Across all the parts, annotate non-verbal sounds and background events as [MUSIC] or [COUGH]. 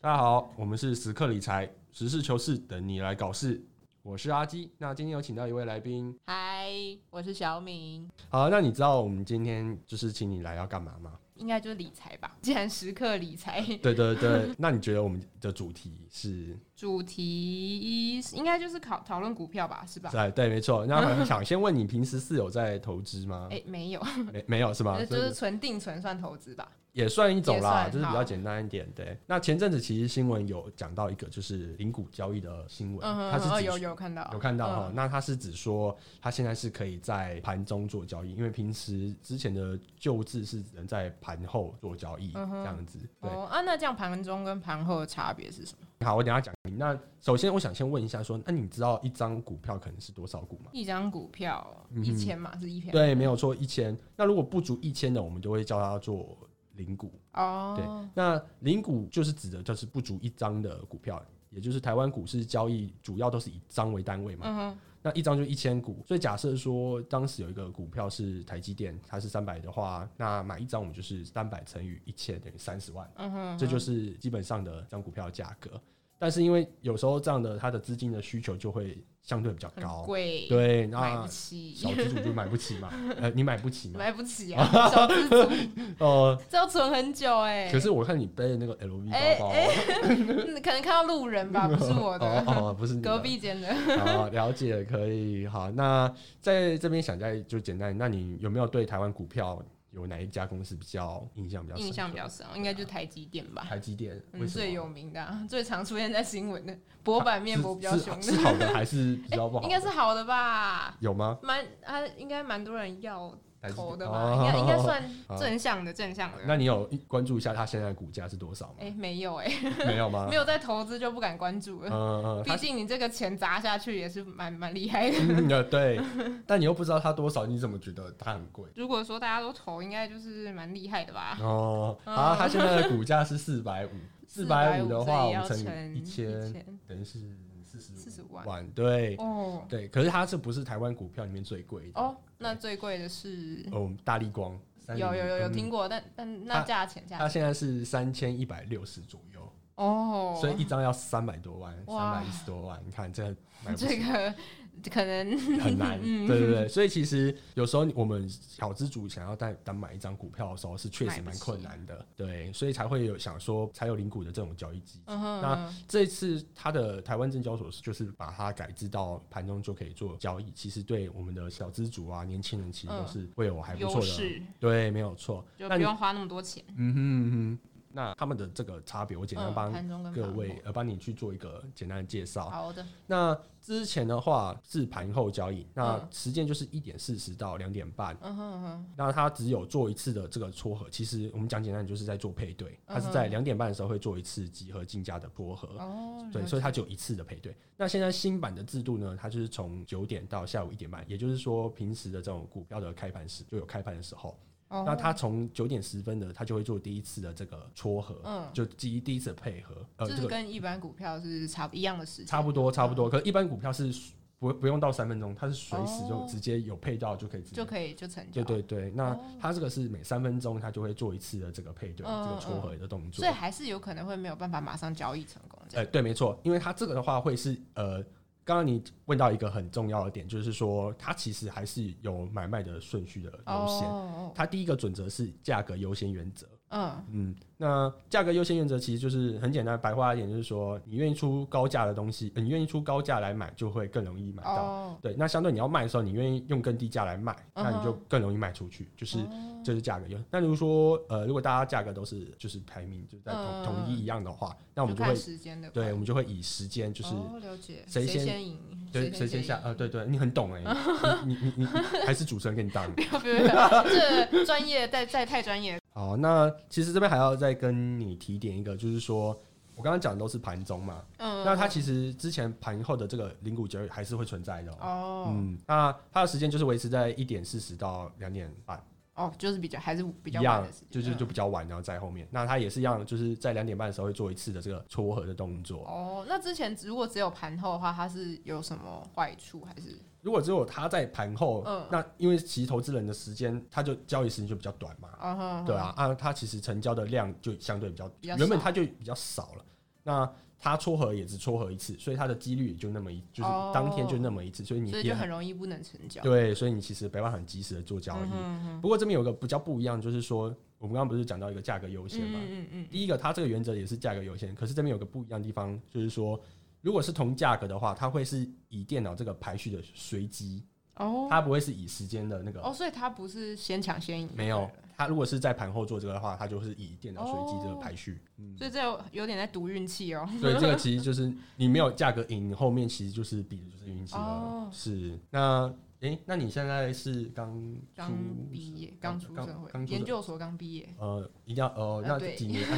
大家好，我们是时刻理财，实事求是，等你来搞事。我是阿基，那今天有请到一位来宾。嗨，我是小敏，好，那你知道我们今天就是请你来要干嘛吗？应该就是理财吧。 [LAUGHS] 既然时刻理 [LAUGHS] 财，对对对，那你觉得我们的主题是？主题一应该就是考讨论股票吧，是吧？对对，没错。那我想先问你，平时是有在投资吗？哎、没有， [LAUGHS] 没没有是吗？就啊所以是纯定存算投资吧。也算一种啦，也算就是比较好简单一点。对，那前阵子其实新闻有讲到一个就是零股交易的新闻，嗯它哼是哼，哦指有有看到，有看到哈、嗯那它是指说它现在是可以在盘中做交易，因为平时之前的旧制是只能在盘后做交易、嗯哼这样子。对，哦啊，那这样盘中跟盘后的差别是什么？好，我等一下讲你。那首先我想先问一下说，那你知道一张股票可能是多少股吗？一张股票嗯哼一千嘛，是一千。对，没有错，一千。那如果不足一千的，我们就会叫它做零股。哦，那零股就是指的就是不足一张的股票，也就是台湾股市交易主要都是以张为单位嘛。嗯哼，那一张就一千股，所以假设说当时有一个股票是台积电，它是三百的话，那买一张我们就是三百乘以一千等于三十万，嗯哼，这就是基本上的一张股票的价格。但是因为有时候这样的它的资金的需求就会相对比较很高，贵，，对，啊买那不小起，资主就买不 [LAUGHS] 起嘛，呃，你买不起嘛，买不起 [LAUGHS] 啊，小资族，呃，这要存很久哎、 [LAUGHS] 可是我看你背的那个 LV 哎包包，嗯可能看到路人吧，不是我的，哦哦，不是你的 [LAUGHS] 隔壁间的。好，了解，可以。好，那在这边想再就简单，那你有没有对台湾股票有哪一家公司比较印象比较深刻？印象比较深，应该就是台积电吧，台积电，为什嗯，么最有名的啊、 [LAUGHS] 最常出现在新闻的薄板面膜比较是凶是是的，好的还是比较不好的？ [LAUGHS] 应该是好的吧？有吗？蛮啊，应该蛮多人要台积投电的吧？应该应该 [LAUGHS] 哦，算正向的，正向的。那你有关注一下它现在的股价是多少吗？哎、没有哎、 [LAUGHS] 没有吗？没有在投资就不敢关注了，嗯嗯，毕啊它竟你这个钱砸下去也是蛮蛮厉害的。 [LAUGHS] 嗯呃对，但你又不知道它多少，你怎么觉得它很贵？如果说大家都投，应该就是蛮厉害的吧？哦，啊，它现在的股价是四百五，四百五450的话，所以我们要乘乘以一千， 1000等于是四十四十万万，对哦对。可是它这不是台湾股票里面最贵的哦，那最贵的是哦，大力光30有有有有嗯啊听过，但但那它价钱价它现在是三千一百六十左右，哦，所以一张要三百多万，三哇百一十多万，你看这买不 [LAUGHS] 这起。个嗯 [LAUGHS] 可能很难，对对对，所以其实有时候我们小资主想要单单买一张股票的时候，是确实买不蛮起困难的，对，所以才会有想说才有零股的这种交易机制。嗯哼，那嗯这一次它的台湾证交所就是把它改制到盘中就可以做交易，其实对我们的小资主啊、年轻人其实都是会有还不错嗯优的，势对，没有错。就那不你用花那么多钱。嗯哼嗯哼，那他们的这个差别，我简单嗯，帮盘中跟各盘位后呃帮你去做一个简单的介绍。好的，那之前的话是盘后交易，那嗯时间就是一点四十到两点半。嗯哼嗯哼，那它只有做一次的这个撮合，其实我们讲简单，就是在做配对。它是嗯在两点半的时候会做一次集合竞价的撮合。哦，呃对，了所以解它只有一次的配对。那现在新版的制度呢，它就是从九点到下午一点半，也就是说平时的这种股票的开盘时就有开盘的时候。哦那它从九点十分的，它就会做第一次的这个撮合，嗯就第一第一次的配合，呃，就这是个跟一般股票是差不一样的时间，差不多差不多。可是一般股票是不不用到三分钟，它是随时就哦直接有配到就可以直接就可以就成交。对对对，那哦它这个是每三分钟它就会做一次的这个配对，嗯这个撮嗯合的动作所以。还是有可能会没有办法马上交易成功，这样呃，对，没错，因为它这个的话会是呃，刚刚你问到一个很重要的点，就是说它其实还是有买卖的顺序的优先。哦，它第一个准则是价格优先原则，嗯嗯，那价格优先原则其实就是很简单，白话一点就是说，你愿意出高价的东西，呃你愿意出高价来买，就会更容易买到。哦，对，那相对你要卖的时候，你愿意用更低价来卖，那你就嗯哼更容易卖出去，就是哦这是价格优先。那如果说呃，如果大家价格都是就是排名就在同嗯统一一样的话，那我们就会看时间的吧，对，我们就会以时间就是哦了解，谁先先赢，对谁先先下赢呃，对对，你很懂哎， [LAUGHS] 你你你你还是主持人给你当。不要不要不要，这专业再再太专业，好，那其实这边还要再跟你提点一个，就是说我刚刚讲的都是盘中嘛，嗯，那它其实之前盘后的这个零股交易还是会存在的哦。哦嗯，那它的时间就是维持在一点四十到两点半。哦，就是比较还是比一较晚样的时，就间，就嗯就比较晚，然后在后面。那它也是一样，就是在两点半的时候会做一次的这个撮合的动作。哦，那之前如果只有盘后的话，它是有什么坏处？还是如果只有它在盘后，嗯那因为其实投资人的时间，它就交易时间就比较短嘛，啊哈对，啊，啊，它其实成交的量就相对比较，比较少原本它就比较少了。那它撮合也只撮合一次，所以它的几率也就那么一，就是哦当天就那么一次，所以你啊所以也就很很容易不能成交。对，所以你其实没办法很及时的做交嗯易。不过这边有个比较不一样，就是说我们刚刚不是讲到一个价格优先嘛？嗯嗯第一个，它这个原则也是价格优先，可是这边有个不一样的地方，就是说，如果是同价格的话，它会是以电脑这个排序的随机，哦它不会是以时间的那个。哦，所以他不是先抢先赢，没有，它如果是在盘后做这个的话，它就是以电脑随机这个哦排序。嗯，所以这有有点在赌运气 [LAUGHS] 哦。所以这个其实就是你没有价格赢，你后面其实就是比的就是运气了。哦是，那诶、那你现在是刚刚出毕业，刚出刚社会刚，出研社究所刚毕 [LAUGHS] 业，呃，一定要哦，呃那对几年？ [LAUGHS] 哎，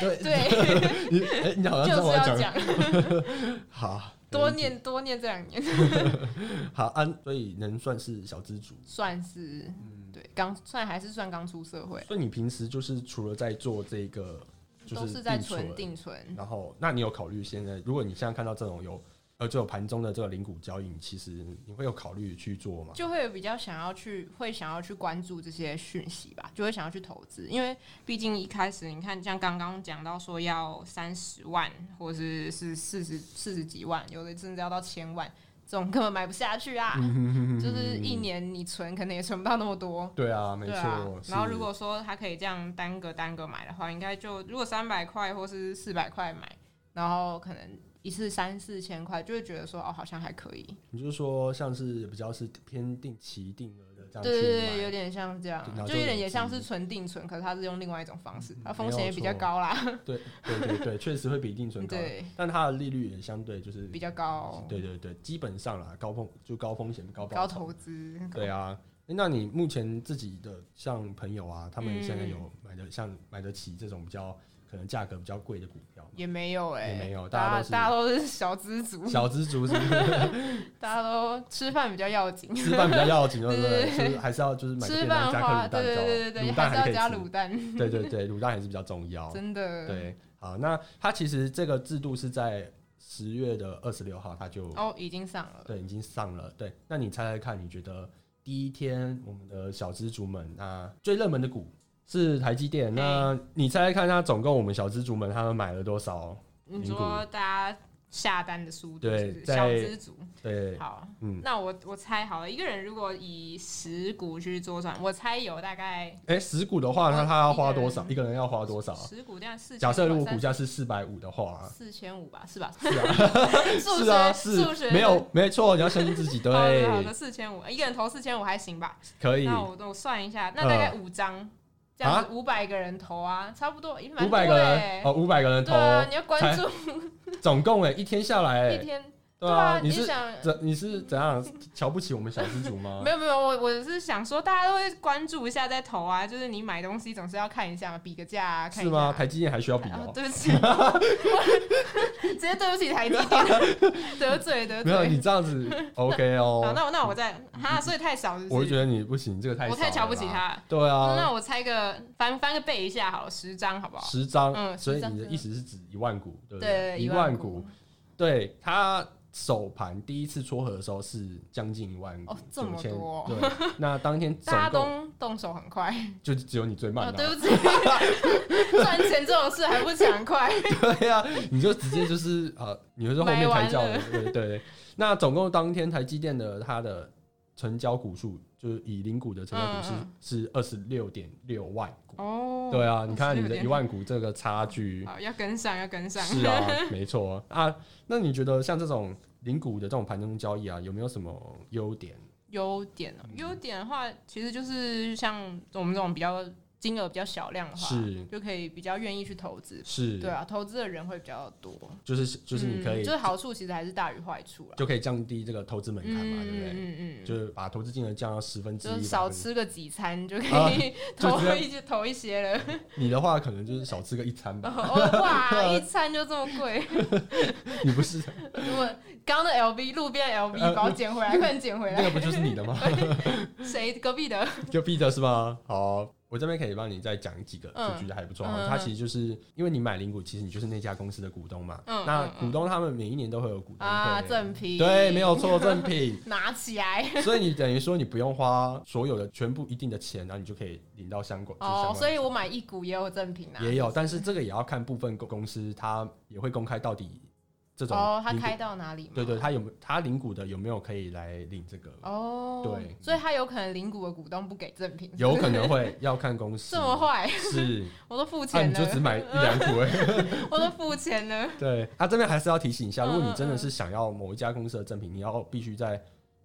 对，对，你哎，你好像就知道是我要讲讲 [LAUGHS] 好，多念多念这两年，好安，所以能算是小资主。算是嗯对，刚算还是算刚出社会，所以你平时就是除了在做这个，就都是在定存存，定存，然后那你有考虑现在，如果你现在看到这种有呃这种盘中的这个零股交易，你其实你会有考虑去做吗？就会比较想要去，会想要去关注这些讯息吧，就会想要去投资，因为毕竟一开始你看，像刚刚讲到说要三十万，或是是四十四十几万，有的甚至要到千万，这种根本买不下去啊，嗯就是一年你存可能也存不到那么多。对啊，没对错。啊，然后是如果说他可以这样单个单个买的话，应该就如果三百块或是四百块买，然后可能一次三四千块，就会觉得说哦，好像还可以。你就是说像是比较是偏定期定额的这样去对对对，买有点像这样对然，后就就有点累也像积是纯定存，可是它是用另外一种方式，它风没险也有比较错高啦，对对对对，确实会比定 [LAUGHS] 存高，对，但它的利率也相对就是比较高，对对对，基本上啦，高风就高风险高报高酬。投资，对啊，诶那你目前自己的像朋友啊，他嗯们现在有买的、像买得起这种比较可能价格比较贵的股票吗？也没有哎，也没有大家都大是大家都是小资族，小资族是不是大家都吃饭比较要紧，吃饭比较要紧，对不对对？对就是还是要就是买个吃便当饭加的颗话，卤蛋对对糕对对对，卤蛋还是要可以加吃卤蛋，对对对，卤蛋还是比较重 [LAUGHS] 要。真的，，对，好，那它其实这个制度是在十月的二十六号，它就、哦，已经上了，对已经上了。对，那你猜猜看，你觉得第一天我们的小资族们那最热门的股是台积电？那你猜猜看，它总共我们小资族们他们买了多少？你零说大家下单的速度对是不是在小资族，对，好，嗯，那我我猜好了，一个人如果以十股去做算，我猜有大概。哎、十股的话，那哦它要花一个多人少？一个人要花多少啊？十股价四，假设如果股价是四百五的话、四千五 [LAUGHS] 吧，是吧？是啊，数是啊，学是数学没有没错，你要相信自己， [LAUGHS] 好的好对的，，四千五，一个人投四千五还行吧？可以。那我我算一下，那大概五张，这样嗯啊子五百个人投啊，差不多，也蛮五多百的个欸人哦，五百个人投对啊，你要关注总共哎，一天下来一哎，天，对啊，啊，你是啊想。怎你是怎样瞧不起我们小资族吗？没有没有，我我是想说，大家都会关注一下再投啊，就是你买东西总是要看一下嘛，比个价啊，看是一下吗？啊。台积电还需要比啊哦？对不起，我 [LAUGHS] 直接对不起台积电， [LAUGHS] 得罪得没有，罪。你这样子 [LAUGHS] OK 好，哦，那我那我再哈，所以太少是嗯不我是就觉？得你不行，这个太我太少瞧不了起啦。他了。嗯对啊，那我猜个翻翻个背一下好了，十张好不好？十张，嗯所以十张你的意思是指一万股，对不对，一一万股股，。对，它首盘第一次撮合的时候是将近一万股哦，这么9000多对，那当天总 [LAUGHS] 大家共都动手很快，就只有你最慢啊了。哦，对不起，赚钱这种事还不抢快， [LAUGHS] 对呀、你就直接就是 [LAUGHS] 呃，你会说后面抬轿的，对对对。那总共当天台积电的它的成交股数，就是以零股的成交股嗯嗯是是二十六点六万股。哦对啊，你看你的26.6一万股这个差距，好要跟上，要跟 [LAUGHS] 上，是啊，没错啊。那你觉得像这种零股的这种盘中交易啊，有没有什么优点？优点哦，优点的话，其实就是像我们这种比较金额比较小量的话是，就可以比较愿意去投资，是，对啊，投资的人会比较多，就是就是你可嗯以、就是好处其实还是大于坏处啦，就可以降低这个投资门槛嘛，对不对？嗯嗯就是把投资金额降到十分之就一，是百少分之吃个几餐就啊可以 [LAUGHS] 就投直接一些投一些了。你的话可能就是少吃个一餐吧。[LAUGHS] 哦哇，啊一餐就这么贵！你不是我刚刚的 LV 路边 LV 呃把我 [LAUGHS] 捡回来，快点捡回那来！ [LAUGHS] 个不就是你的吗？谁隔壁的？就 Peter 是吗？好，我这边可以帮你再讲几个，嗯就觉得还不错。嗯它其实就是因为你买零股，其实你就是那家公司的股东嘛。那股东他们每一年都会有股东嗯啊，会正品对，没有错，赠品。 [LAUGHS] 拿起来所以你等于说你不用花所有的全部一定的钱，然后你就可以领到相关。就是相哦关，的所以我买一股也有正品啊，也有，但是这个也要看部分公公司，它也会公开到底这种哦，他领股开到哪里吗？对对，他有没有他领股的有没有可以来领这个？哦，对所以他有可能领股的股东不给赠品，有可能会要看公司， [LAUGHS] 这么坏，是，我都付那钱啊你就只了，买一两股而已。 [LAUGHS] 我都付钱了，对，他这边还是要提醒一下，如果你真嗯嗯的嗯是想要某一家公司的赠品，你要必须在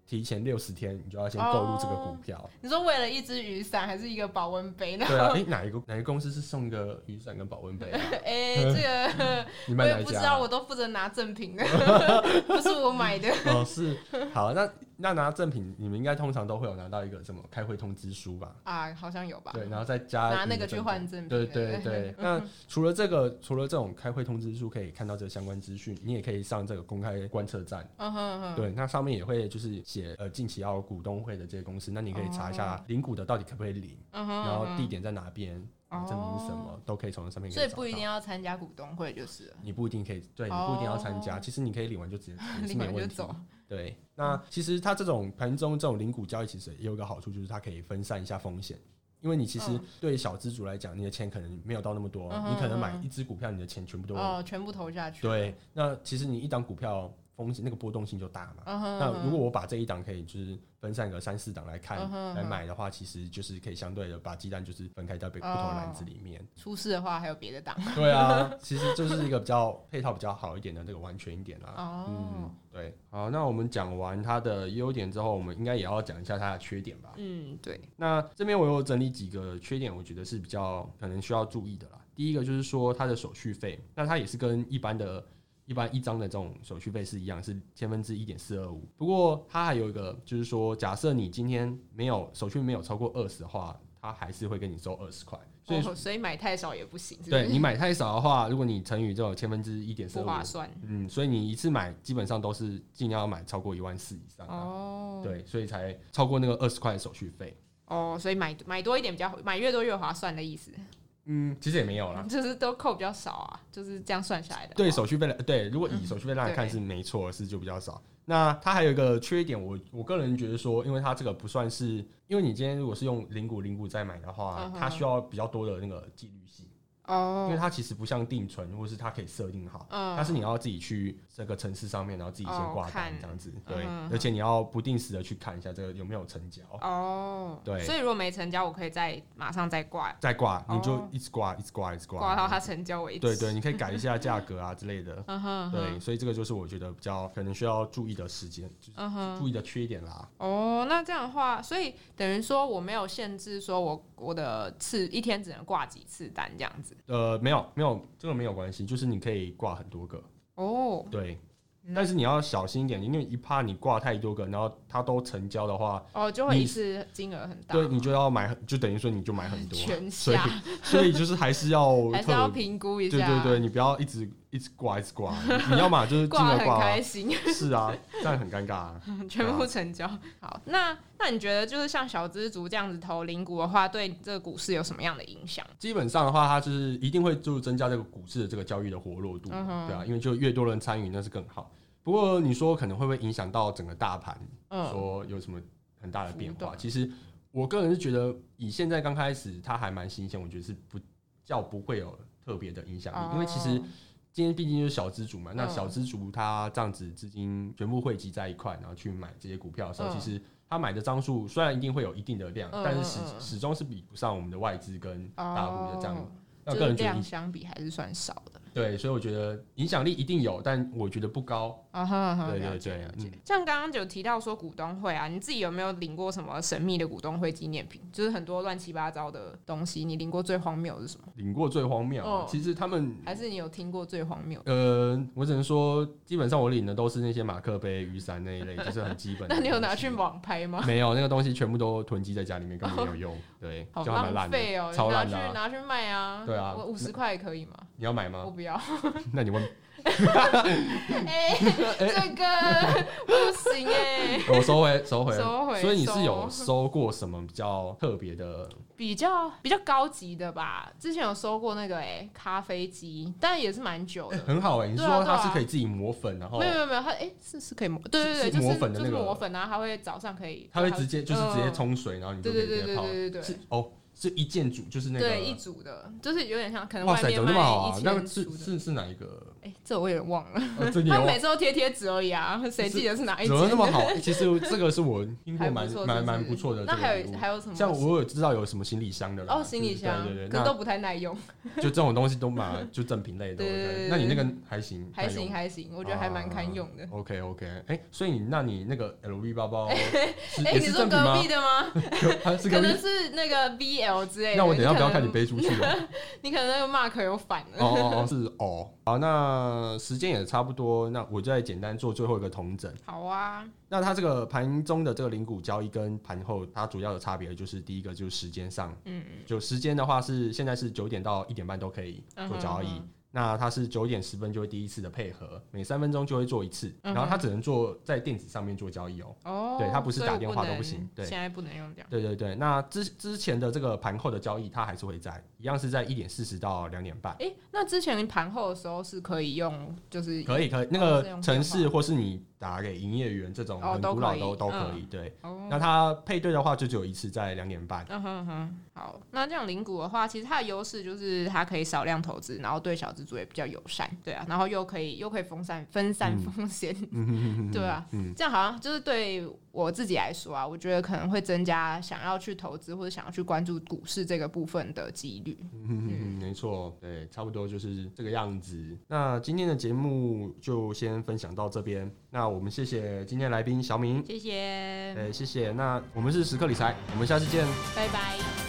提前六十天，你就要先购入这个股哦票。你说为了一只雨伞还是一个保温杯呢？对啊，哎，哪一个哪一个公司是送个雨伞跟保温杯啊？ [LAUGHS] 哎、这个你我买哪也一不家知啊？道，我都负责拿赠品 [LAUGHS] 的，不是我买 [LAUGHS] 的。哦，是好，那那拿赠品，你们应该通常都会有拿到一个什么开会通知书吧？啊，好像有吧？对，然后再加拿你那的个去赠换品。赠品。对对对，那 [LAUGHS] 除了这个，除了这种开会通知书可以看到这个相关资讯，你也可以上这个公开观测站。嗯哼哼，对，那上面也会就是写呃近期要股东会的这些公司，那你可以查一下领股的到底可不可以领，哦嗯哼，然后地嗯点在哪边，哦证明是什么，都可以从这上面哼，可所以找不一到定。要参加股东会就是了，你不一定可以，对你不一定要参加。哦其实你可以领完就直接也是领 [LAUGHS] 没完就问题。走。对，那其实它这种盘中这种零股交易，其实也有一个好处，就是它可以分散一下风险。因为你其实嗯对于小资主来讲，你的钱可能没有到那么多，嗯哼你可能买嗯哼一只股票，你的钱全部都、哦，全部投下去。对。那其实你一档股票风险那个波动性就大嘛。嗯哼，嗯那哼如果我把这一档可以就是分散个三四档来看、嗯哼嗯哼来买的话，其实就是可以相对的把鸡蛋就是分开在不同的篮子里面。出事的话，还有别的档。对啊，其实就是一个比较配套比较好一点的那个完全一点啦。哦 [LAUGHS] 嗯，，对。好，那我们讲完它的优点之后，我们应该也要讲一下它的缺点吧。嗯，对，那这边我有整理几个缺点，我觉得是比较可能需要注意的啦。第一个就是说它的手续费，那它也是跟一般的、一般一张的这种手续费是一样，是千分之一点四二五。不过它还有一个就是说，假设你今天没有手续没有超过二十的话，它还是会跟你收二十块。所以哦所以买太少也不行，是不对是你买太少的话，如果你乘以这种千分之一点四不二划五，算。嗯，所以你一次买基本上都是尽量要买超过一万四以上、啊，哦，，对，所以才超过那个二十块的手续费。哦，所以买买多一点比较好，买越多越划算的意思，嗯，其实也没有啦。 [LAUGHS] 就是都扣比较少啊，就是这样算下来的。嗯对，手续费来，对，如果以手续费来看对是没错，是就比较少。那它还有一个缺点，我我个人觉得说，因为它这个不算是，因为你今天如果是用零股零股再买的话嗯，哼它需要比较多的那个纪律性，因为哦，它其实不像定存，或是它可以设定好，嗯但是你要自己去这个城市上面，然后自己哦先挂单看这样子，对嗯哼，而且你要不定时的去看一下这个有没有成交，哦，对所以如果没成交，我可以再马上再挂，再挂，你就哦一直挂，一直挂，一直挂，挂到它成交为止。对对，你可以改一下价格啊之类的。嗯哼，嗯哼对，，所以这个就是我觉得比较可能需要注意的时间，就是嗯哼，注意的缺点啦。哦，那这样的话，所以等于说我没有限制，说我我的次一天只能挂几次单这样子。呃，没有没有，这个没有关系，就是你可以挂很多个，哦，对嗯。但是你要小心一点，因为一怕你挂太多个，然后它都成交的话，哦，就会你一次金额很大，对你就要买很，就等于说你就买很多，全所以下，所以就是还是要 [LAUGHS] 还是要特别评估一对下，对对，你不要一直一直挂一直挂，你你要嘛就是尽 [LAUGHS] 挂量得很挂啊开，心，是啊，这样很尴尬啊。全部成交。好，那那你觉得就是像小资族这样子投零股的话，对这个股市有什么样的影响？基本上的话，它就是一定会就增加这个股市的这个交易的活络度嘛，嗯哼对啊，因为就越多人参与，那是更好。不过你说可能会不会影响到整个大盘，嗯，说有什么很大的变浮化？动其实我个人是觉得，以现在刚开始，它还蛮新鲜，我觉得是不较不会有特别的影响力，因为其实哦今天毕竟就是小资主嘛，那嗯小资主他这样子资金全部汇集在一块，然后去买这些股票的时候，嗯其实他买的张数虽然一定会有一定的量，嗯但是嗯嗯始始终是比不上我们的外资跟大户的这样。哦那就个是人觉得量影相比还是算少的。对，所以我觉得影响力一定有，但我觉得不高。啊哈哈，对了对解对了解嗯。像刚刚有提到说股东会啊，你自己有没有领过什么神秘的股东会纪念品？就是很多乱七八糟的东西，你领过最荒谬的是什么？领过最荒谬啊、嗯其实他们还是你有听过最荒谬的？呃，我只能说，基本上我领的都是那些马克杯、雨伞那一类，就是很基本的。 [LAUGHS] 那你有拿去？网拍吗？没有，那个东西全部都囤积在家里面，根本没有 [LAUGHS] 用。对，好就还蛮浪烂的。费哦、你超拿烂去的啊拿去卖啊！对啊嗯我五十块也可以吗？你要买我吗？不要， [LAUGHS] 那你问 [LAUGHS] 哎、这个不行哎、我收回，收回，收回所以你是有收收过什么比较特别 [LAUGHS] 的？比较比较高级的吧。之前有收过那个哎、咖啡机，但也是蛮久的。很好哎、你是对啊说对啊它是可以自己磨粉，然后没有没有没有，它哎、是是可以磨，对对哦是对，就是磨粉的那个就是磨粉啊，它会早上可以，它会直接就是直接嗯冲水，然后你就可以对对直接对对泡。对对对，是哦，是一件组，就是那对一个。组的，就是有点像可能哇外塞，面怎么那么好卖啊一？那千是出的。是是哪一个？哎、这我有点忘了，呃，这你他有们每次都贴贴纸而已啊，谁记得是哪一怎么那间？么好？欸其实这个是我听过还不蛮错是蛮不蛮是不错的这那个还服有务。还有什么？像我有知道有什么行李箱的啦，哦，行李箱就是对对，对可是那都不太耐用，就这种东西都买就正品类的。对对对对对那你那个还行，还堪行用。啊还行，我觉得还蛮堪用的。 OK OK，哎、所以你那你那个 LV 包 [LAUGHS] 包是哎、也你是说正品吗隔壁？的 [LAUGHS] 吗？它是可隔壁能。是那个 BL 之类的。那我等一下不要看看你背出去了。你可能那个 mark 有反了。哦哦哦，是哦。好，那时间也差不多，那我再简单做最后一个同整。好啊，那它这个盘中的这个零股交易跟盘后，它主要的差别就是第一个就是时间上，嗯，就时间的话是现在是九点到一点半都可以做交易。嗯哼嗯哼那它是九点十分就会第一次的配合，每三分钟就会做一次，嗯哼然后它只能做在电子上面做交易哦。哦，对它不是所以打电话能都不行对现在不能用这样。对对对，那之之前的这个盘后的交易，它还是会在，一样是在一点四十到两点半，哎、那之前盘后的时候是可以用，就是可以可以，那哦个这种城市变或是你打给营业员这种哦很都古老可以都都嗯可以。对，哦，那它配对的话就只有一次在两点半。嗯哼哼，好，那这样零股的话，其实它的优势就是它可以少量投资，然后对小资族也比较友善，对啊，然后又可以又可以分散分散嗯风险，嗯哼哼哼 [LAUGHS] 对啊，嗯，这样好像就是对我自己来说啊，我觉得可能会增加想要去投资或者想要去关注股市这个部分的几率。嗯，没错，对，差不多就是这个样子。那今天的节目就先分享到这边，那我们谢谢今天来宾小敏，谢谢，对，谢谢。那我们是时刻理财，我们下次见。拜拜。